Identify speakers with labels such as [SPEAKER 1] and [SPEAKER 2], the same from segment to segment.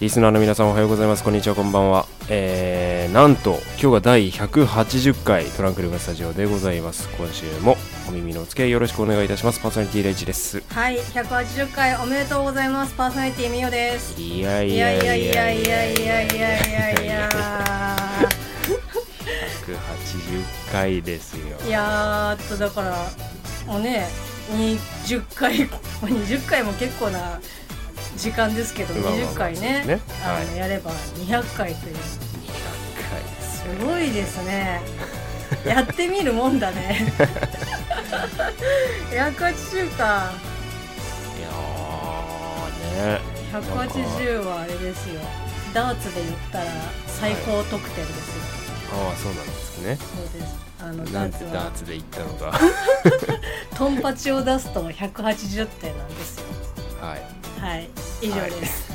[SPEAKER 1] リスナーの皆さんおはようございますこんにちはこんばんは、えー、なんと今日が第180回トランクルームスタジオでございます今週もお耳のお付き合いよろしくお願いいたしますパーソナリティレイチです
[SPEAKER 2] はい、180回おめでとうございます。パーソナリティみよです。
[SPEAKER 1] いやい
[SPEAKER 2] いや
[SPEAKER 1] や
[SPEAKER 2] い
[SPEAKER 1] いや
[SPEAKER 2] やい
[SPEAKER 1] い
[SPEAKER 2] や
[SPEAKER 1] や
[SPEAKER 2] い
[SPEAKER 1] い
[SPEAKER 2] や
[SPEAKER 1] や
[SPEAKER 2] い
[SPEAKER 1] い
[SPEAKER 2] や
[SPEAKER 1] やいや
[SPEAKER 2] いやい
[SPEAKER 1] い
[SPEAKER 2] や
[SPEAKER 1] や
[SPEAKER 2] い
[SPEAKER 1] い
[SPEAKER 2] や
[SPEAKER 1] や。180回ですよ
[SPEAKER 2] いやーっとだからもうね、20回、まあ20回も結構な時間ですけど、
[SPEAKER 1] まあまあまあ
[SPEAKER 2] 20回ね、
[SPEAKER 1] ね
[SPEAKER 2] あ
[SPEAKER 1] は
[SPEAKER 2] の
[SPEAKER 1] い
[SPEAKER 2] やれば200回というす
[SPEAKER 1] 100回ですよ
[SPEAKER 2] ごいですね。やってみるもんだね。180か。
[SPEAKER 1] いやーね
[SPEAKER 2] 180はあれですよ。ダーツで言ったら最高得点ですよ。
[SPEAKER 1] ああそうなんですね
[SPEAKER 2] そうです。あの
[SPEAKER 1] な
[SPEAKER 2] ダ
[SPEAKER 1] ん
[SPEAKER 2] ー
[SPEAKER 1] てダ
[SPEAKER 2] ツ
[SPEAKER 1] ー
[SPEAKER 2] は
[SPEAKER 1] ツで言ったのか
[SPEAKER 2] トンパチを出すと180点なんですよ。
[SPEAKER 1] はい
[SPEAKER 2] はい、以上
[SPEAKER 1] はい
[SPEAKER 2] です。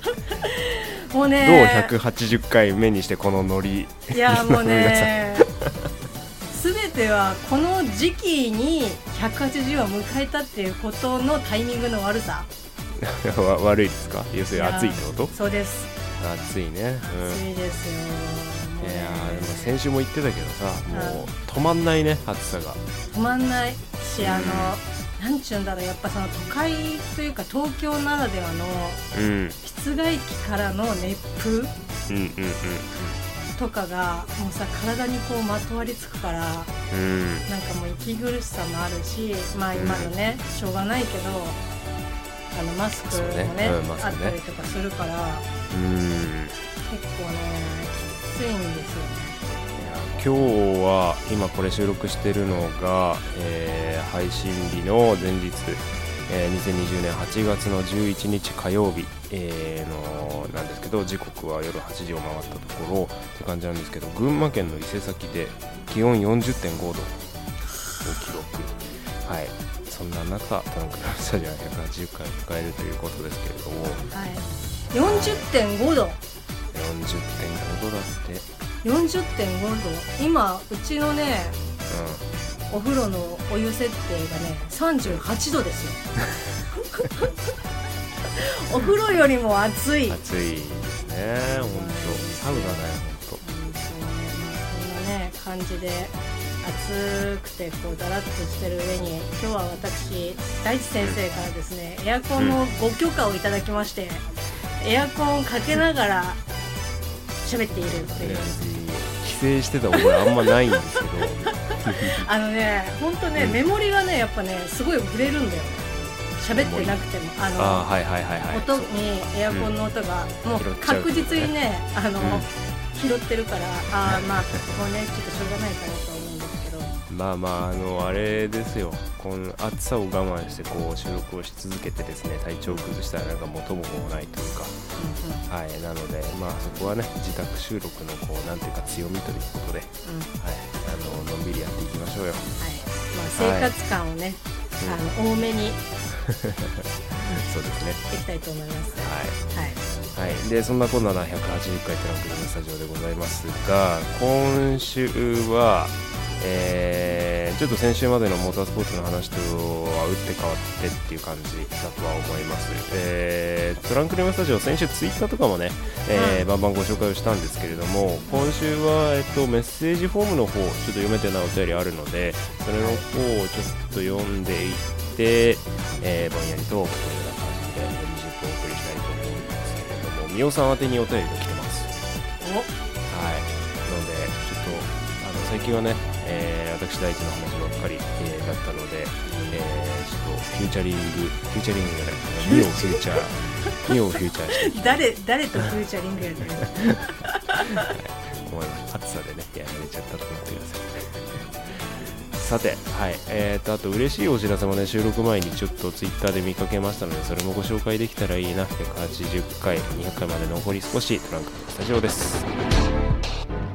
[SPEAKER 2] もう
[SPEAKER 1] どう
[SPEAKER 2] ね、
[SPEAKER 1] 180回目にしてこのノリ
[SPEAKER 2] いやも うね、すべてはこの時期に180を迎えたっていうことのタイミングの悪さ。
[SPEAKER 1] わ悪いですか要するに暑いってこと
[SPEAKER 2] そうです。
[SPEAKER 1] 暑いね、うん、
[SPEAKER 2] 暑いですよ。もう
[SPEAKER 1] い
[SPEAKER 2] ね
[SPEAKER 1] やーでも先週も言ってたけどさも
[SPEAKER 2] は
[SPEAKER 1] う止まんないね暑さが
[SPEAKER 2] 止まんないし、あの
[SPEAKER 1] う。
[SPEAKER 2] なんちゅうんだろうやっぱその都会というか東京ならではの
[SPEAKER 1] うん
[SPEAKER 2] 室外機からの熱風
[SPEAKER 1] うんうん
[SPEAKER 2] とかがもうさ体にこうまとわりつくからなんか
[SPEAKER 1] うんうん
[SPEAKER 2] もう息苦しさもあるしまあ今のね、しょうがないけどあのマスクもね
[SPEAKER 1] そうねうんマス
[SPEAKER 2] あっ
[SPEAKER 1] クね
[SPEAKER 2] たりとかするから
[SPEAKER 1] うん
[SPEAKER 2] 結構ねきついんですよね
[SPEAKER 1] 今日は今これ収録してるのが、えー配信日の前日、えー2020年8月の11日火曜日、えーのなんですけど時刻は夜8時を回ったところって感じなんですけど群馬県の伊勢崎で気温40.5度を記録はいそんな中トランクラブスタジオは180回を迎えるということですけれども
[SPEAKER 2] はい40.5
[SPEAKER 1] 40.5度
[SPEAKER 2] 度
[SPEAKER 1] だって
[SPEAKER 2] 40.5度今うちのね
[SPEAKER 1] うん
[SPEAKER 2] お風呂のお湯設定がね38度ですよ お風呂よりも暑い
[SPEAKER 1] 暑いですね本当サウナだよ本
[SPEAKER 2] そうねまあそんなね感じで暑くてこうだらっとしてる上に今日は私大地先生からですねエアコンのご許可をいただきましてエアコンをかけながら喋っていると
[SPEAKER 1] 当
[SPEAKER 2] いう
[SPEAKER 1] 帰省してた覚えあんまないんですけど
[SPEAKER 2] あのね本当ね
[SPEAKER 1] うん
[SPEAKER 2] メモリがねやっぱねすごいぶれるんだよね喋ってなくてもあの
[SPEAKER 1] あーはいはいはいはい
[SPEAKER 2] 音
[SPEAKER 1] そう
[SPEAKER 2] にエアコンの音がもう
[SPEAKER 1] 拾っちゃう
[SPEAKER 2] 確実にねあの、
[SPEAKER 1] うん
[SPEAKER 2] 拾ってるからああまあここねちょっとしょうがないかなと思うんですけど
[SPEAKER 1] まあまああのあれですよこの暑さを我慢してこう収録をし続けてですね体調を崩したらなんか元も子もないというかはいなのでまあそこはね自宅収録のこうなんていうか強みということではい
[SPEAKER 2] うんうんはい
[SPEAKER 1] あののんびりやっていきましょうよ
[SPEAKER 2] まあ、生活感をね、あの多めにい
[SPEAKER 1] そうですね
[SPEAKER 2] きたいと思います
[SPEAKER 1] はい
[SPEAKER 2] はい
[SPEAKER 1] はい、でそんなこんなな180回トランクルームスタジオでございますが今週は、えーちょっと先週までのモータースポーツの話とは打って変わってっていう感じだとは思います、えートランクルームスタジオ先週ツイッターとかもね、えー
[SPEAKER 2] うん
[SPEAKER 1] バンバンご紹介をしたんですけれども今週は、えっと、メッセージフォームの方ちょっと読めてないお便りあるのでそれの方をちょっと読んでいって、えーぼんやりとこのような感じで20分お送りしたいと思うんですけれどもみおさん宛てにお便りが来てますはい
[SPEAKER 2] お
[SPEAKER 1] なのでちょっとあの最近はね、えー私大地の話ばっかり、えーだったので、えーちょっとフューチャリングフューチャリングじゃないみおフューチャーみおフューチャーしていき
[SPEAKER 2] 誰誰とフューチャリングやってる
[SPEAKER 1] たいと思います暑さでねやられちゃったと思ってくださいさて、はい えー、とあと嬉しいお知らせもね収録前にちょっとツイッターで見かけましたのでそれもご紹介できたらいいな180回200回まで残り少しトランクルームスタジオです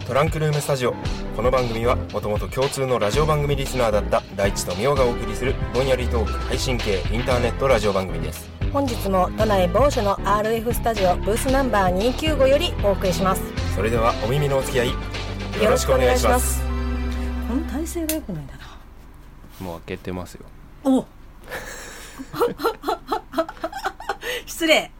[SPEAKER 1] トランクルームスタジオこの番組はもともと共通のラジオ番組リスナーだった大地とみおがお送りするぼんやりトーク配信系インターネットラジオ番組です
[SPEAKER 2] 本日も都内某所の RF スタジオブースナンバー295よりお送りします
[SPEAKER 1] それではお耳のお付き合いよ
[SPEAKER 2] よろしくお願いしますこの体勢が良くないんだな
[SPEAKER 1] もう開けてますよ
[SPEAKER 2] お失礼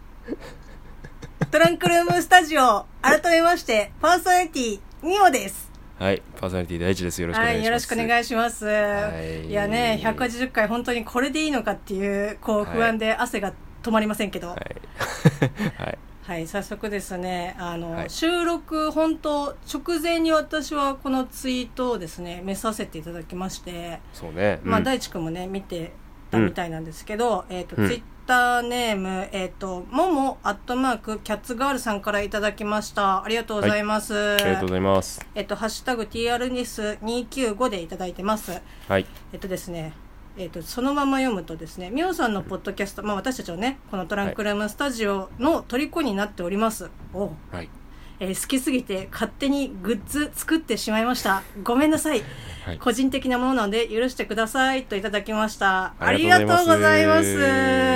[SPEAKER 2] トランクルームスタジオ、改めまして、パーソナリティ、ニオです。
[SPEAKER 1] はい、パーソナリティ第一です。よろしくお
[SPEAKER 2] は
[SPEAKER 1] 願いします。
[SPEAKER 2] い、よろしくお願いします。
[SPEAKER 1] はい
[SPEAKER 2] いやね、180回本当にこれでいいのかっていう、こ
[SPEAKER 1] は
[SPEAKER 2] う、
[SPEAKER 1] い
[SPEAKER 2] 不安で汗が止まりませんけど。はい、
[SPEAKER 1] はい。はい。
[SPEAKER 2] 早速ですね、あの、
[SPEAKER 1] はい
[SPEAKER 2] 収録本当直前に私はこのツイートをですね、見させていただきまして、
[SPEAKER 1] そうね。
[SPEAKER 2] まあ、
[SPEAKER 1] うん
[SPEAKER 2] 大地君もね見てたみたいなんですけど、えっと
[SPEAKER 1] うん
[SPEAKER 2] ツイッターネーム、えっとももアットマークキャッツガールさんからいただきましたありがとうございます、
[SPEAKER 1] ありがとうございます。
[SPEAKER 2] えっとハッシュタグ TR ニュース295でいただいてます
[SPEAKER 1] はい。
[SPEAKER 2] えっとですねえっとそのまま読むとですねみおさんのポッドキャスト、まあ、私たちはねこのトランクルームスタジオの虜になっております、おう
[SPEAKER 1] はい。
[SPEAKER 2] えー好きすぎて勝手にグッズ作ってしまいましたごめんなさい
[SPEAKER 1] はい。
[SPEAKER 2] 個人的なものなので許してくださいといただきました。
[SPEAKER 1] あ
[SPEAKER 2] あ
[SPEAKER 1] り
[SPEAKER 2] り
[SPEAKER 1] が
[SPEAKER 2] が
[SPEAKER 1] とう
[SPEAKER 2] とう
[SPEAKER 1] ご
[SPEAKER 2] ご
[SPEAKER 1] ざ
[SPEAKER 2] ざ
[SPEAKER 1] い
[SPEAKER 2] い
[SPEAKER 1] ま
[SPEAKER 2] ますす。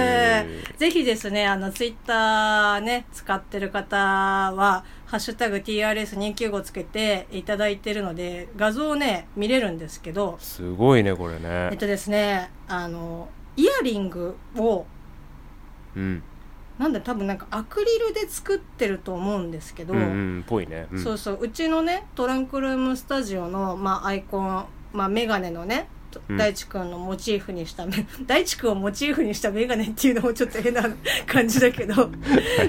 [SPEAKER 2] ぜひですね、あの、ツイッターね、使ってる方は、ハッシュタグ TRS295 つけていただいてるので、画像をね、見れるんですけど、
[SPEAKER 1] すごいね、これ
[SPEAKER 2] えっ
[SPEAKER 1] ね。
[SPEAKER 2] とですね、あの、イヤリングを、
[SPEAKER 1] うん。
[SPEAKER 2] なんだ、多分なんかアクリルで作ってると思うんですけど、
[SPEAKER 1] うんうん、ぽいね。ん
[SPEAKER 2] そうそううちのねトランクルームスタジオの、まあ、アイコン、まあ、メガネのねと
[SPEAKER 1] うん
[SPEAKER 2] 大地くんのモチーフにした、 め大地くんをモチーフにしたメガネっていうのもちょっと変な感じだけど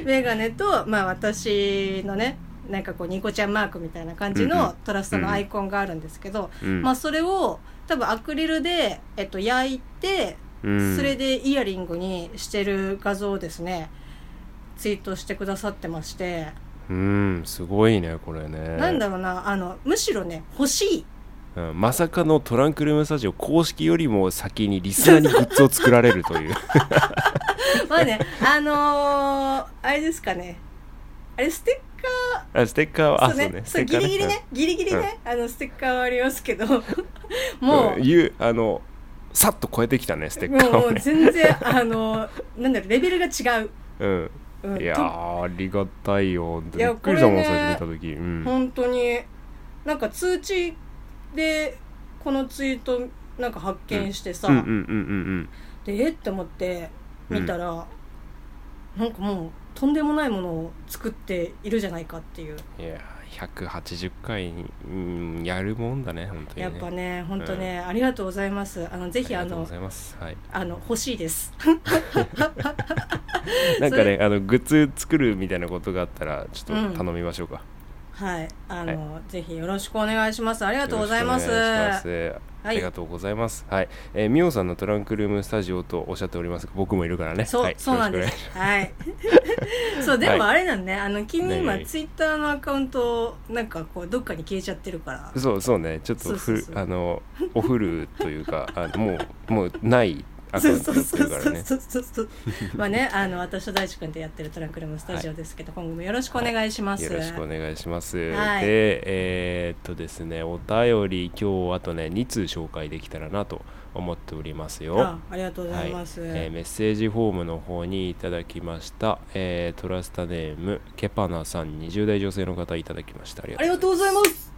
[SPEAKER 2] メガネと、まあ、私のねなんかこうニコちゃんマークみたいな感じ
[SPEAKER 1] うんうん
[SPEAKER 2] のトラストのアイコンがあるんですけど、
[SPEAKER 1] うん
[SPEAKER 2] まあ、それを多分アクリルで、えっと、焼いて
[SPEAKER 1] うん
[SPEAKER 2] それでイヤリングにしてる画像をですねツイートしてくださってまして。
[SPEAKER 1] うん、すごいね、これね。
[SPEAKER 2] なんだろうなあのむしろね欲しい
[SPEAKER 1] うんまさかのトランクルームスタジオ公式よりも先にリスナーにグッズを作られると いう
[SPEAKER 2] まあねあのー、あれですかねあれステッカー
[SPEAKER 1] あステッカーはあ
[SPEAKER 2] そうねそう
[SPEAKER 1] ステ
[SPEAKER 2] ギ
[SPEAKER 1] ッカー
[SPEAKER 2] リギリねギリギリね、あのステッカーはありま すけど
[SPEAKER 1] うん
[SPEAKER 2] もう、
[SPEAKER 1] うんいうあのさっと超えてきたねステッカ
[SPEAKER 2] もう
[SPEAKER 1] ー
[SPEAKER 2] も
[SPEAKER 1] を
[SPEAKER 2] う
[SPEAKER 1] ね
[SPEAKER 2] 全然あのなんだろうレベルが違う、
[SPEAKER 1] うん
[SPEAKER 2] うん、
[SPEAKER 1] いや
[SPEAKER 2] と
[SPEAKER 1] ーありがたいよ本当に
[SPEAKER 2] い
[SPEAKER 1] び
[SPEAKER 2] や
[SPEAKER 1] っくりしたもん、
[SPEAKER 2] これね
[SPEAKER 1] 最初見た時うん、
[SPEAKER 2] 本当になんか通知でこのツイートなんか発見してさ、
[SPEAKER 1] うんうんうんうん
[SPEAKER 2] でえっって思って見たら、なんかもうとんでもないものを作っているじゃないかっていう、
[SPEAKER 1] うんいやー180回に、うん、やるもんだね本当にね
[SPEAKER 2] やっぱね本当ね、ありがとうございますあのぜ
[SPEAKER 1] あ
[SPEAKER 2] ひ
[SPEAKER 1] り
[SPEAKER 2] あ
[SPEAKER 1] がとうご
[SPEAKER 2] の
[SPEAKER 1] ざいますはい
[SPEAKER 2] あの欲しいです
[SPEAKER 1] なんかねあのグッズ作るみたいなことがあったらちょっ
[SPEAKER 2] う
[SPEAKER 1] と
[SPEAKER 2] ん
[SPEAKER 1] 頼みましょうか、
[SPEAKER 2] はいあの、ぜひよろしくお願いしますありがとうございます
[SPEAKER 1] よろしくお願いしますあ
[SPEAKER 2] はい
[SPEAKER 1] りがとうございます。はい、えー、みおさんのトランクルームスタジオとおっしゃっておりますが、僕もいるからね。
[SPEAKER 2] そう、
[SPEAKER 1] はい、
[SPEAKER 2] そうなん
[SPEAKER 1] よ
[SPEAKER 2] で
[SPEAKER 1] ろしく
[SPEAKER 2] すはい そうでも
[SPEAKER 1] は
[SPEAKER 2] あれなんね、あの君今
[SPEAKER 1] ね
[SPEAKER 2] ツイッターのアカウントなんかこうどっかに消えちゃってるから
[SPEAKER 1] お願いそう、そうね、ちょっと
[SPEAKER 2] そう
[SPEAKER 1] ふ
[SPEAKER 2] そうそう
[SPEAKER 1] あの、おふるというか、あのもう、もうない。アカウ
[SPEAKER 2] そう
[SPEAKER 1] ント
[SPEAKER 2] そう
[SPEAKER 1] になってる
[SPEAKER 2] そう
[SPEAKER 1] から
[SPEAKER 2] そう
[SPEAKER 1] ね。
[SPEAKER 2] そうそうそうまあねあの私と大地君でやってるトランクルームスタジオですけど、今後もよろしくお願いします、
[SPEAKER 1] よろしくお願いします。
[SPEAKER 2] はい
[SPEAKER 1] で、えーっとですね、お便り、今日あとね、2通紹介できたらなと思っておりますよ。
[SPEAKER 2] あありがとうございます、
[SPEAKER 1] はいえーメッセージフォームの方にいただきました、えートラスタネームケパナさん20代女性の方いただきましたありが
[SPEAKER 2] あ
[SPEAKER 1] とう
[SPEAKER 2] りがとうございます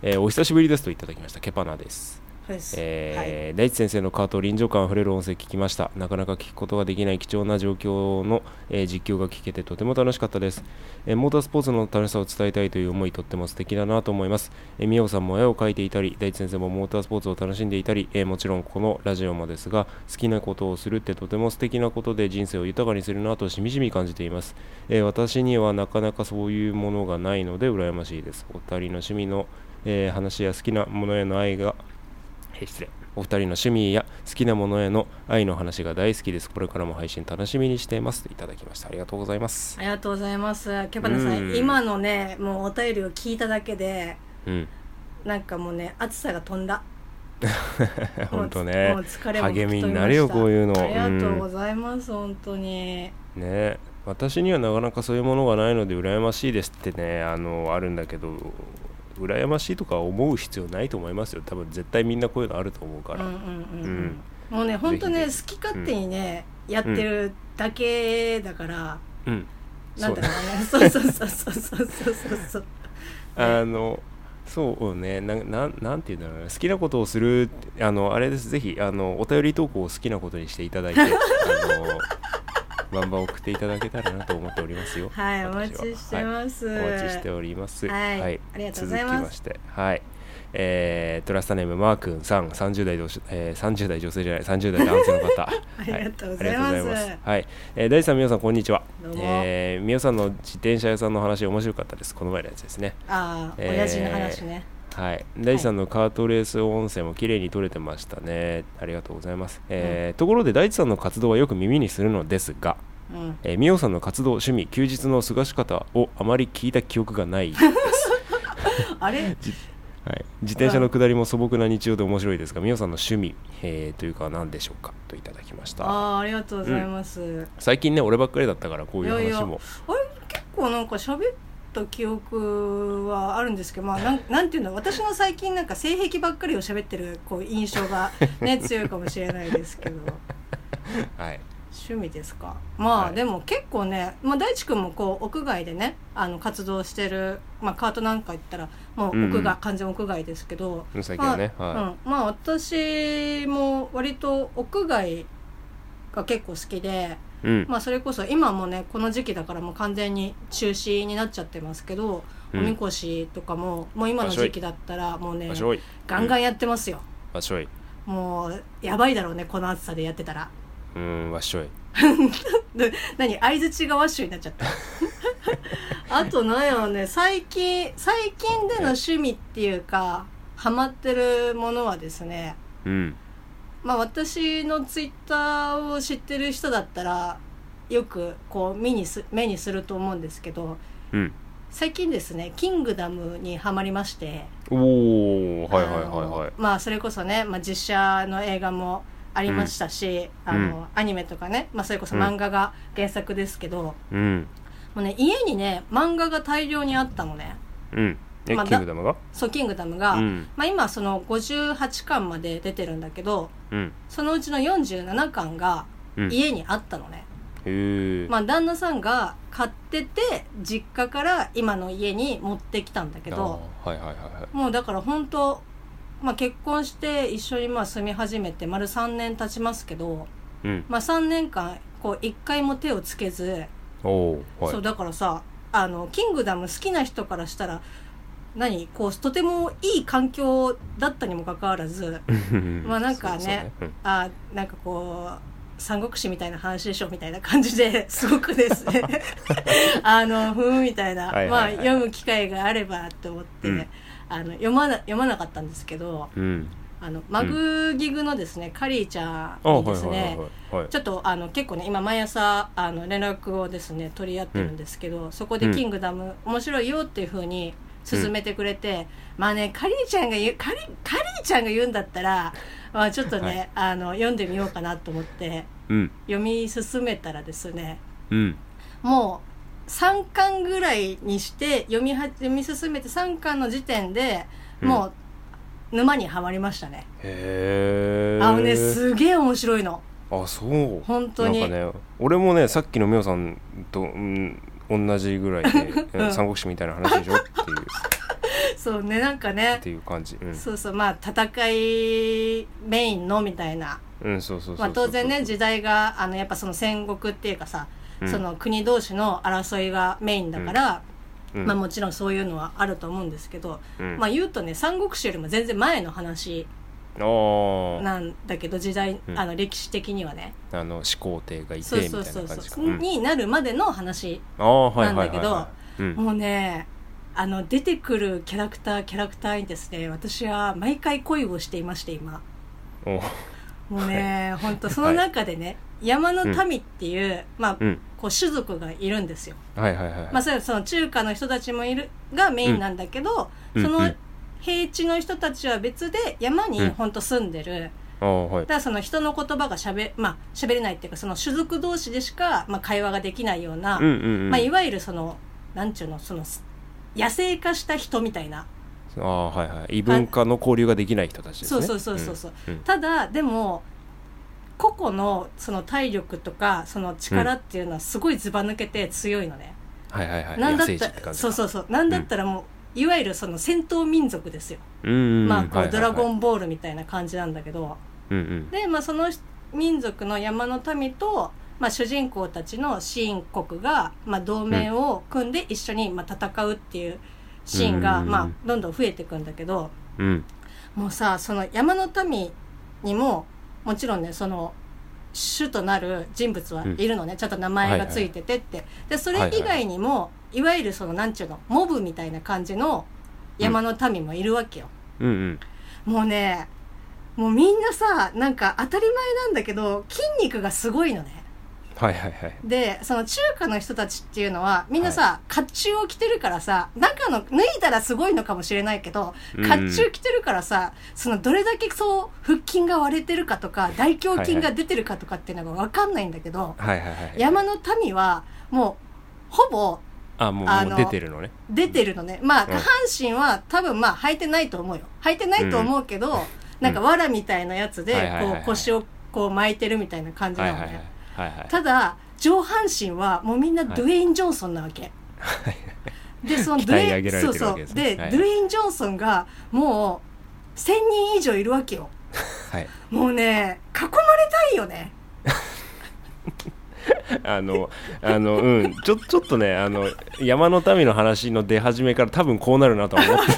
[SPEAKER 1] えーお久しぶりですといただきましたケパナです、
[SPEAKER 2] そうです
[SPEAKER 1] えー大地先生のカート臨場感あふれる音声聞きましたなかなか聞くことができない貴重な状況の、えー実況が聞けてとても楽しかったです、えーモータースポーツの楽しさを伝えたいという思いとっても素敵だなと思いますえー、みおさんも絵を描いていたり、大地先生もモータースポーツを楽しんでいたり、えーもちろんこのラジオもですが、好きなことをするってとても素敵なことで人生を豊かにするなとしみじみ感じています、えー私にはなかなかそういうものがないので羨ましいです。お二人の趣味の、えー話や好きなものへの愛が、えー失礼。お二人の趣味や好きなものへの愛の話が大好きです。これからも配信楽しみにしています。いただきました。ありがとうございます
[SPEAKER 2] あ。りがとうございますケパナさん、
[SPEAKER 1] うん
[SPEAKER 2] 今のねもうお便りを聞いただけで
[SPEAKER 1] うん。
[SPEAKER 2] なんかもうね暑さが飛んだ
[SPEAKER 1] 本当
[SPEAKER 2] も
[SPEAKER 1] ね。
[SPEAKER 2] う疲れも吹き飛
[SPEAKER 1] 励
[SPEAKER 2] びま
[SPEAKER 1] み
[SPEAKER 2] した
[SPEAKER 1] になれよ、こういうの。
[SPEAKER 2] ありがとう
[SPEAKER 1] うん
[SPEAKER 2] ございます、本当に
[SPEAKER 1] ね私にはなかなかそういうものがないので羨ましいですってねあのあるんだけど羨ましいとか思う必要ないと思いますよ多分絶対みんなこういうのあると思うか
[SPEAKER 2] うんう
[SPEAKER 1] ら、
[SPEAKER 2] んうん、う
[SPEAKER 1] うん
[SPEAKER 2] ん、もうね本当ね
[SPEAKER 1] ぜ
[SPEAKER 2] 好き勝手にね、やってるだけだから、
[SPEAKER 1] うんそ
[SPEAKER 2] なん
[SPEAKER 1] う
[SPEAKER 2] だ
[SPEAKER 1] だ
[SPEAKER 2] ろうねそうそうそうそうそうそうそう
[SPEAKER 1] あのそうねななんなんていうんだろうな好きなことをするって あのあれですぜひあのお便り投稿を好きなことにしていただいてあのバンバン送っていただけたらなと思っておりますよ。
[SPEAKER 2] はい、お
[SPEAKER 1] 私は
[SPEAKER 2] 待ちしてます。
[SPEAKER 1] はいお待ちしております。
[SPEAKER 2] はいありがとうございます
[SPEAKER 1] 続きまして、はい。えー、トラスタネームマー君さん30代女子、えー、30代女性じゃない30代男性の 方
[SPEAKER 2] ありがとうございま
[SPEAKER 1] は
[SPEAKER 2] す
[SPEAKER 1] い、ありがとうございますはい、えー、大地さんみおさんこんにちは
[SPEAKER 2] どうも
[SPEAKER 1] えーみおさんの自転車屋さんの話面白かったですこの前のやつですね
[SPEAKER 2] ああ、
[SPEAKER 1] えー
[SPEAKER 2] 親父の話ね。
[SPEAKER 1] はい、大地さんのカートレース音声も綺麗に撮れてましたねありがとうございます、えーところで大地さんの活動はよく耳にするのですが、
[SPEAKER 2] うん。
[SPEAKER 1] えー、美桜さんの活動趣味休日の過ごし方をあまり聞いた記憶がない です、
[SPEAKER 2] あれ、
[SPEAKER 1] はい、自転車の下りも素朴な日常で面白いですが美桜さんの趣味、えーというか何でしょうかといただきました
[SPEAKER 2] ああ、ありがとうございます。
[SPEAKER 1] 最近ね俺ばっかりだったからこういう
[SPEAKER 2] いやいや
[SPEAKER 1] 話も
[SPEAKER 2] あれ結構なんか喋った記憶はあるんですけど、まあなんなんていうの、私の最近なんか性癖ばっかりを喋ってるこう印象がね強いかもしれないですけど、
[SPEAKER 1] はい
[SPEAKER 2] 趣味ですか。まあ、
[SPEAKER 1] はい
[SPEAKER 2] でも結構ね、まあ大地君もこう屋外でね、あの活動してる、まあカートなんか言ったらもう
[SPEAKER 1] うん
[SPEAKER 2] 屋外、
[SPEAKER 1] うん
[SPEAKER 2] 完全屋外ですけど、
[SPEAKER 1] 最近はね、は
[SPEAKER 2] うん、まあ私も割と屋外が結構好きで、
[SPEAKER 1] い、うん
[SPEAKER 2] まあ、それこそ今もねこの時期だからもう完全に中止になっちゃってますけど、
[SPEAKER 1] うん
[SPEAKER 2] おみこしとかももう今の時期だったらもうね
[SPEAKER 1] 場所い
[SPEAKER 2] ガンガンやってますよ、
[SPEAKER 1] 場所い
[SPEAKER 2] もうやばいだろうねこの暑さでやってたら
[SPEAKER 1] うーん場所い
[SPEAKER 2] で何相づちがワッシュになっちゃった あとなんやろね最近最近での趣味っていうかハマってるものはですね
[SPEAKER 1] うん
[SPEAKER 2] まあ私のツイッターを知ってる人だったらよくこう目にす目にすると思うんですけど
[SPEAKER 1] うん
[SPEAKER 2] 最近ですね「キングダム」にハマりまして
[SPEAKER 1] おおはいはいはい
[SPEAKER 2] あ
[SPEAKER 1] はい
[SPEAKER 2] のまあそれこそね、まあ、実写の映画もありましたし、
[SPEAKER 1] うん
[SPEAKER 2] あのアニメとかね、まあ、それこそ漫画が原作ですけど、も
[SPEAKER 1] うん
[SPEAKER 2] うね家にね漫画が大量にあったのね
[SPEAKER 1] うんえ、
[SPEAKER 2] まあ
[SPEAKER 1] キングダムが
[SPEAKER 2] そう「キングダムが」
[SPEAKER 1] うん
[SPEAKER 2] まあ、今その58巻まで出てるんだけど
[SPEAKER 1] うん
[SPEAKER 2] そのうちの47巻が
[SPEAKER 1] うんへ
[SPEAKER 2] 家にあったのね、
[SPEAKER 1] え
[SPEAKER 2] まあ、旦那さんが買ってて実家から今の家に持ってきたんだけど。
[SPEAKER 1] あーはいはいはいはい
[SPEAKER 2] もうだから本当まあ結婚して一緒にまあ住み始めて丸3年経ちますけど、
[SPEAKER 1] うん
[SPEAKER 2] まあ、3年間こう一回も手をつけず、
[SPEAKER 1] おおーはい
[SPEAKER 2] そうだからさあの「キングダム」好きな人からしたら何こうとてもいい環境だったにもかかわらずまあなんかね
[SPEAKER 1] そうそううん
[SPEAKER 2] あなんかこう三国志みたいな話でしょみたいな感じです ごくで すねあのふーんみたいな、
[SPEAKER 1] はいはいはい
[SPEAKER 2] まあ、読む機会があればと思って、
[SPEAKER 1] うん
[SPEAKER 2] あの読まな読まなかったんですけど
[SPEAKER 1] うん
[SPEAKER 2] あのマグギグのですね、カリーちゃ
[SPEAKER 1] あ
[SPEAKER 2] ん
[SPEAKER 1] はいは
[SPEAKER 2] にで
[SPEAKER 1] い
[SPEAKER 2] す
[SPEAKER 1] は
[SPEAKER 2] ね、
[SPEAKER 1] いはいはい
[SPEAKER 2] ちょっとあの結構ね今毎朝あの連絡をですね取り合ってるんですけど、そこで「キングダム」面白いよっていうふうに勧めてくれて、まあねカリーちゃんが言うカリカリーちゃんが言うんだったら、まあ、ちょっとね、あの読んでみようかなと思って
[SPEAKER 1] うん
[SPEAKER 2] 読み進めたらですね
[SPEAKER 1] うん
[SPEAKER 2] もう3巻ぐらいにして読みは読み進めて3巻の時点でもう沼にはまりましたね。
[SPEAKER 1] へえ
[SPEAKER 2] あのねすげえ面白いの
[SPEAKER 1] あそう
[SPEAKER 2] 本当に
[SPEAKER 1] なんかね俺もねさっきのみおさんと、うん、同じぐらいで、
[SPEAKER 2] うん
[SPEAKER 1] 三国志みたいな話でしょっていう
[SPEAKER 2] そうねなんかね
[SPEAKER 1] っていう感じうん
[SPEAKER 2] そうそうまあ戦いメインのみたいな、
[SPEAKER 1] うんそうそうそうそう
[SPEAKER 2] まあ、当然ね時代があのやっぱその戦国っていうかさ、
[SPEAKER 1] うん
[SPEAKER 2] その国同士の争いがメインだから、
[SPEAKER 1] うん
[SPEAKER 2] まあ、もちろんそういうのはあると思うんですけど、
[SPEAKER 1] うん
[SPEAKER 2] まあ、言うとね三国志よりも全然前の話
[SPEAKER 1] あ
[SPEAKER 2] なんだけど時代、
[SPEAKER 1] うん
[SPEAKER 2] あの歴史的にはね
[SPEAKER 1] ああの始皇帝がいて
[SPEAKER 2] そう
[SPEAKER 1] みた
[SPEAKER 2] そう
[SPEAKER 1] い
[SPEAKER 2] そ
[SPEAKER 1] な
[SPEAKER 2] う
[SPEAKER 1] 感じ
[SPEAKER 2] そ
[SPEAKER 1] か
[SPEAKER 2] う、
[SPEAKER 1] うん
[SPEAKER 2] になるまでの話
[SPEAKER 1] ああはいはい
[SPEAKER 2] なんだ
[SPEAKER 1] は
[SPEAKER 2] け
[SPEAKER 1] い
[SPEAKER 2] ど
[SPEAKER 1] はいうん
[SPEAKER 2] もうねあの出てくるキャラクターキャラクターにですね私は毎回恋をしていまして今。
[SPEAKER 1] お
[SPEAKER 2] もうね、本当その中でね、山の民っていう、まあ、
[SPEAKER 1] うん
[SPEAKER 2] こう種族がいるんですよ。
[SPEAKER 1] はいはいはい
[SPEAKER 2] まあ、それはその中華の人たちもいる、がメインなんだけど、
[SPEAKER 1] うん
[SPEAKER 2] そ
[SPEAKER 1] うんう
[SPEAKER 2] の
[SPEAKER 1] ん
[SPEAKER 2] 平地の人たちは別で山
[SPEAKER 1] う
[SPEAKER 2] に
[SPEAKER 1] ん
[SPEAKER 2] 本当住んでる。
[SPEAKER 1] ああはい
[SPEAKER 2] だからその人の言葉がしゃべ、まあ、しゃべれないっていうか、その種族同士でしか、まあ、会話ができないような、
[SPEAKER 1] うんうんうん
[SPEAKER 2] まあ、いわゆるその、なんちゅうの、その、野生化した人みたいな。
[SPEAKER 1] ああはいはい異文化の交流ができない人たちです
[SPEAKER 2] そう
[SPEAKER 1] ね
[SPEAKER 2] そうそうそうそう。
[SPEAKER 1] うんうん
[SPEAKER 2] ただでも個々のその体力とかその力っていうのはすごいずば抜けて強いのね、
[SPEAKER 1] はいはいはい
[SPEAKER 2] なんだっ
[SPEAKER 1] 野生児
[SPEAKER 2] た
[SPEAKER 1] って感じか
[SPEAKER 2] そうそうそうなんだったらもう、いわゆるその戦闘民族ですよ、
[SPEAKER 1] うんうんうん
[SPEAKER 2] まあこ
[SPEAKER 1] は
[SPEAKER 2] う
[SPEAKER 1] いはい
[SPEAKER 2] ド
[SPEAKER 1] は
[SPEAKER 2] ラ
[SPEAKER 1] い
[SPEAKER 2] ゴンボールみたいな感じなんだけど、
[SPEAKER 1] うんうん
[SPEAKER 2] で、まあ、その民族の山の民とまあ、主人公たちのシーン国が、まあ、同盟を組んで一緒にまあ戦うっていうシーンが、
[SPEAKER 1] うん
[SPEAKER 2] まあ、どんどん増えていくんだけど
[SPEAKER 1] うん
[SPEAKER 2] もうさその山の民にももちろんねその主となる人物はいるのね、ちゃんと名前がついててって、でそれ以外にも、いわゆるそのなんちゅうのモブみたいな感じの山の民もいるわけよ。
[SPEAKER 1] うんうん
[SPEAKER 2] もうね、もうみんなさ、なんか当たり前なんだけど、筋肉がすごいのね。
[SPEAKER 1] はいはいはい
[SPEAKER 2] で、その中華の人たちっていうのは、みんなさ、甲冑を着てるからさ、中の、脱いだらすごいのかもしれないけど、
[SPEAKER 1] う
[SPEAKER 2] 甲
[SPEAKER 1] ん
[SPEAKER 2] 冑着てるからさ、そのどれだけそう、腹筋が割れてるかとか、大胸筋が出てるかとかっていうのがわかんないんだけど、
[SPEAKER 1] はいはいはい
[SPEAKER 2] 山の民は、もう、ほぼ
[SPEAKER 1] あもう
[SPEAKER 2] あ
[SPEAKER 1] も
[SPEAKER 2] の
[SPEAKER 1] う出てるのね
[SPEAKER 2] 出てるのね。まあ、
[SPEAKER 1] ん
[SPEAKER 2] 下半身は多分まあ履いてないと思うよ。履いてないと思うけど、なんか藁みたいなやつで、
[SPEAKER 1] はいはいはい
[SPEAKER 2] こ
[SPEAKER 1] はいう
[SPEAKER 2] 腰をこう巻いてるみたいな感じ
[SPEAKER 1] は
[SPEAKER 2] ないの
[SPEAKER 1] はいはい
[SPEAKER 2] ね。
[SPEAKER 1] はいはい
[SPEAKER 2] ただ、上半身はもうみんな
[SPEAKER 1] はい
[SPEAKER 2] ドゥエイン・ジョンソンなわけ。で、その ド
[SPEAKER 1] 鍛え
[SPEAKER 2] ゥ
[SPEAKER 1] 上
[SPEAKER 2] エイ
[SPEAKER 1] げ
[SPEAKER 2] ン、
[SPEAKER 1] ら
[SPEAKER 2] そ
[SPEAKER 1] れて
[SPEAKER 2] う
[SPEAKER 1] る
[SPEAKER 2] そ
[SPEAKER 1] わ
[SPEAKER 2] う
[SPEAKER 1] けで。すね
[SPEAKER 2] で、
[SPEAKER 1] はい
[SPEAKER 2] ドゥエイン・ジョンソンがもう1000人以上いるわけよ。
[SPEAKER 1] はい
[SPEAKER 2] もうね、囲まれたいよね。
[SPEAKER 1] あの、あの、うん、ちょ、ちょっとね、あの、山の民の話の出始めから、多分こうなるなとは思って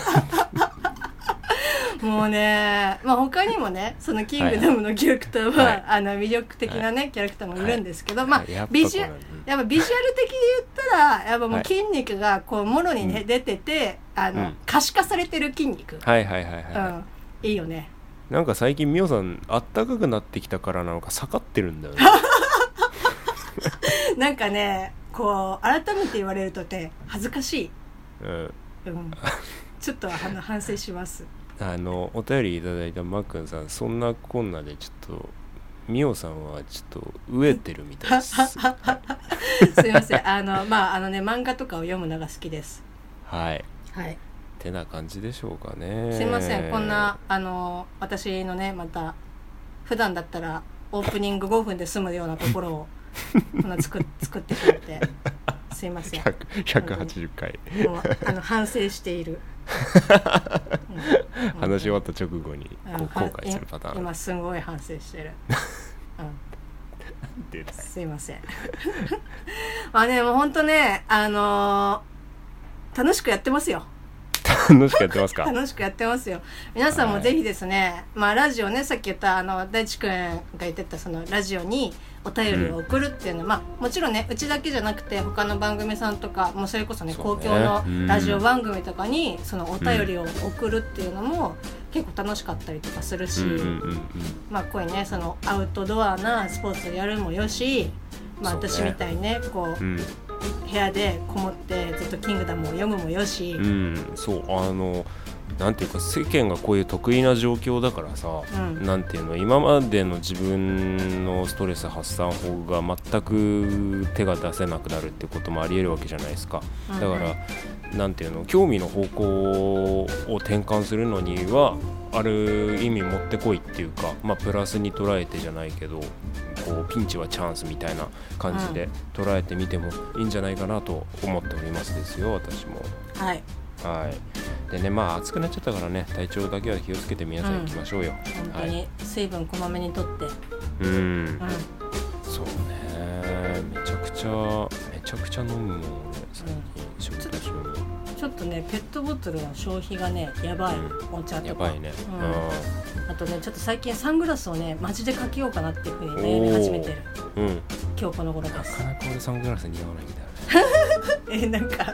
[SPEAKER 1] た。
[SPEAKER 2] もうね、まあ他にもね、そのキングダムのキャラクターは、
[SPEAKER 1] はい
[SPEAKER 2] あの魅力的なね、キャラクターもいるんですけど、
[SPEAKER 1] はい
[SPEAKER 2] ま
[SPEAKER 1] はいや
[SPEAKER 2] あ
[SPEAKER 1] っぱ
[SPEAKER 2] ビジュア
[SPEAKER 1] そうなん
[SPEAKER 2] ル
[SPEAKER 1] だうん、
[SPEAKER 2] やっぱビジュアル的で言ったら、やっぱも
[SPEAKER 1] は
[SPEAKER 2] う
[SPEAKER 1] い
[SPEAKER 2] 筋肉がこうもろにね、出てて、あの、
[SPEAKER 1] うん
[SPEAKER 2] 可視化されてる筋肉。
[SPEAKER 1] はいはいはいはい。
[SPEAKER 2] うん。いいよね。
[SPEAKER 1] なんか最近、みおさん、あったかくなってきたからなのか、下がってるん だよね。
[SPEAKER 2] なんかね、こう、改めて言われるとね、恥ずかしい。
[SPEAKER 1] うん。
[SPEAKER 2] うん。ちょっとあの反省し ます。
[SPEAKER 1] あの、お便りいただいたマックンさん、そんなこんなで、ちょっと、みおさんは、ちょっと、飢えてるみたいです。 はい
[SPEAKER 2] すいません。あの、まああのね、漫画とかを読むのが好きです。
[SPEAKER 1] はい。
[SPEAKER 2] はい。
[SPEAKER 1] てな感じでしょうかね。
[SPEAKER 2] すいませんこんな。あの私のねまた普段だったらオープニング5分で済むようなところ をこんな作っ作ってしまってすい ません
[SPEAKER 1] 100 180回、
[SPEAKER 2] もうあの反省している、うん
[SPEAKER 1] 話し終わった直後にこ
[SPEAKER 2] うん
[SPEAKER 1] う後悔するパターン
[SPEAKER 2] 今すごい反省して る、う
[SPEAKER 1] 出
[SPEAKER 2] ん、
[SPEAKER 1] た
[SPEAKER 2] すいません まあねもう本当ねあの楽しくやってますよ
[SPEAKER 1] 楽しくやってますか
[SPEAKER 2] 楽しくやってますよ皆さんもぜひですね、まあラジオねさっき言ったあの大地君が言ってたそのラジオにお便りを送るっていうのは、まあもちろんねうちだけじゃなくて他の番組さんとかもうそれこそね
[SPEAKER 1] そう
[SPEAKER 2] 公
[SPEAKER 1] ね
[SPEAKER 2] 共の
[SPEAKER 1] うん
[SPEAKER 2] ラジオ番組とかにそのお便りを送るっていうのも結構楽しかったりとかするし、
[SPEAKER 1] うんうんうんうん
[SPEAKER 2] まあこういうねそのアウトドアなスポーツをやるもよし、まあ、
[SPEAKER 1] そうね
[SPEAKER 2] 私みたいにねこう
[SPEAKER 1] うん
[SPEAKER 2] 部屋でこもってずっと「キングダム」を読むもよし。
[SPEAKER 1] うん、そうあのなんていうか世間がこういう得意な状況だからさ、
[SPEAKER 2] うん
[SPEAKER 1] なんていうの今までの自分のストレス発散法が全く手が出せなくなるってこともありえるわけじゃないですかだか
[SPEAKER 2] うんうん
[SPEAKER 1] ら、なんていうの興味の方向を転換するのにはある意味もってこいっていうか、まあ、プラスに捉えてじゃないけどこうピンチはチャンスみたいな感じで捉えてみてもいいんじゃないかなと思っておりますですよ私も。
[SPEAKER 2] はい
[SPEAKER 1] はい。でね、まあ暑くなっちゃったからね、体調だけは気をつけて皆さん行きましょうよ。
[SPEAKER 2] 本当
[SPEAKER 1] はい。
[SPEAKER 2] に水分こまめにとって、
[SPEAKER 1] うん
[SPEAKER 2] う。ん
[SPEAKER 1] そうね。めちゃくちゃめちゃくちゃ飲むもんね。最近仕事中に。
[SPEAKER 2] ちょっとねペットボトルの消費がねやばい、
[SPEAKER 1] う
[SPEAKER 2] お茶とか
[SPEAKER 1] やばいね。
[SPEAKER 2] うんあとねちょっと最近サングラスをねマジでかけようかなっていうふうに
[SPEAKER 1] お
[SPEAKER 2] ね
[SPEAKER 1] ー
[SPEAKER 2] やり始めてる
[SPEAKER 1] うん。うん。
[SPEAKER 2] 今日この頃で
[SPEAKER 1] な
[SPEAKER 2] す
[SPEAKER 1] かなか俺サングラス似合わないんだよね。
[SPEAKER 2] えなんか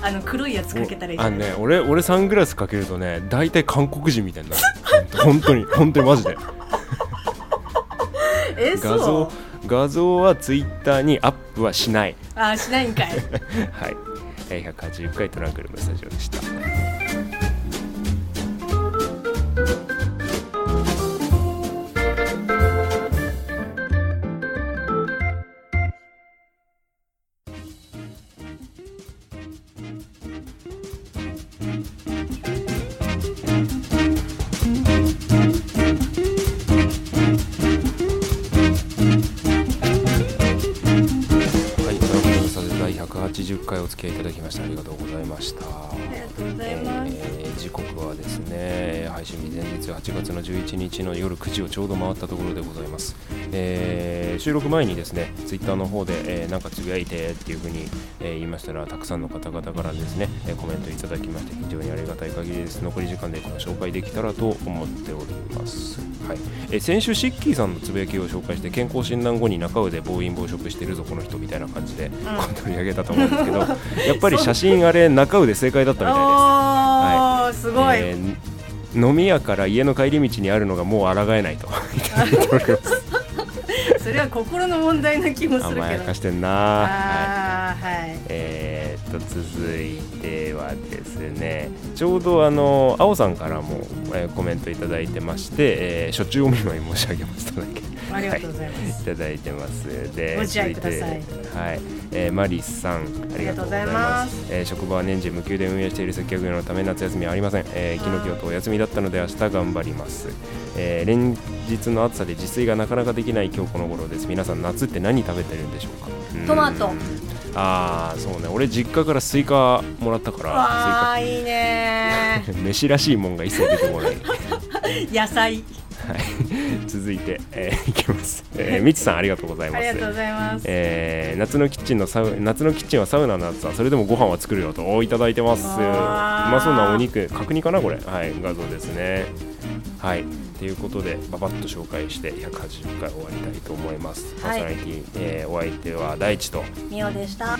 [SPEAKER 2] あの黒いやつかけたらいいじ
[SPEAKER 1] あ
[SPEAKER 2] ゃ
[SPEAKER 1] の
[SPEAKER 2] ない
[SPEAKER 1] ね、俺俺サングラスかけるとね、大体韓国人みたいになる。本当に本当にマジで。
[SPEAKER 2] え
[SPEAKER 1] 画
[SPEAKER 2] そう
[SPEAKER 1] 像画像はツイッターにアップはしない。
[SPEAKER 2] あしないんかい
[SPEAKER 1] はい。えー180回トランクルームスタジオでした。はい、トラブルの差で第180回お付き合いいただきましてありがとうございました。あ
[SPEAKER 2] ありがとうございます
[SPEAKER 1] えー時刻はですね配信日前日8月の11日の夜9時をちょうど回ったところでございます、えー収録前にですねツイッターの方で、えーなんかつぶやいてっていうふうに、えー言いましたらたくさんの方々からですね、えーコメントいただきまして非常にありがたい限りです残り時間でご紹介できたらと思っております、はいえー先週シッキーさんのつぶやきを紹介して健康診断後に中腕暴飲暴食してるぞこの人みたいな感じで、こう取り上げたと思うんですけどやっぱり写真あれ中腕正解だったみたいです
[SPEAKER 2] おー、すごい。
[SPEAKER 1] えー飲み屋から家の帰り道にあるのがもう抗えない といただいております
[SPEAKER 2] それは心の問題な気もするけど。
[SPEAKER 1] 甘やかしてんなはい
[SPEAKER 2] あーはい。
[SPEAKER 1] えーっと続いてはですねちょうどあの青さんからも、えーコメントいただいてまして、えー、初中お見舞い申し上げましただけ
[SPEAKER 2] ありがとうございます
[SPEAKER 1] はい、いただいてますで
[SPEAKER 2] ご自愛ください
[SPEAKER 1] 続てはい、えー、マリスさんありがとうござい
[SPEAKER 2] あ
[SPEAKER 1] ま
[SPEAKER 2] りがとうございます
[SPEAKER 1] すえー職場は年中無休で運営している接客業のため夏休みはありません、えー、昨日今日とお休みだったので明日頑張ります、えー、連日の暑さで自炊がなかなかできない今日この頃です皆さん夏って何食べてるんでしょうかうーん
[SPEAKER 2] トマト
[SPEAKER 1] ああそうね俺実家からスイカもらったから
[SPEAKER 2] わあ、いいね
[SPEAKER 1] スイカ 飯らしいもんが一切出てこない
[SPEAKER 2] ー。 野菜。
[SPEAKER 1] はい、続いて、えーいきます。えー、みつさんありがとうございま
[SPEAKER 2] あ
[SPEAKER 1] す。
[SPEAKER 2] りがとうございます。
[SPEAKER 1] えー夏のキッチンのサウ夏のキッチンはサウナの暑さそれでもご飯は作るよとおーいただいてますう
[SPEAKER 2] あー
[SPEAKER 1] まそうなお肉角煮かなこれはい画像ですねはいということでババッと紹介して180回終わりたいと思います、
[SPEAKER 2] は
[SPEAKER 1] パー
[SPEAKER 2] い
[SPEAKER 1] ソナリティ、えーお相手は大地と
[SPEAKER 2] みおでした。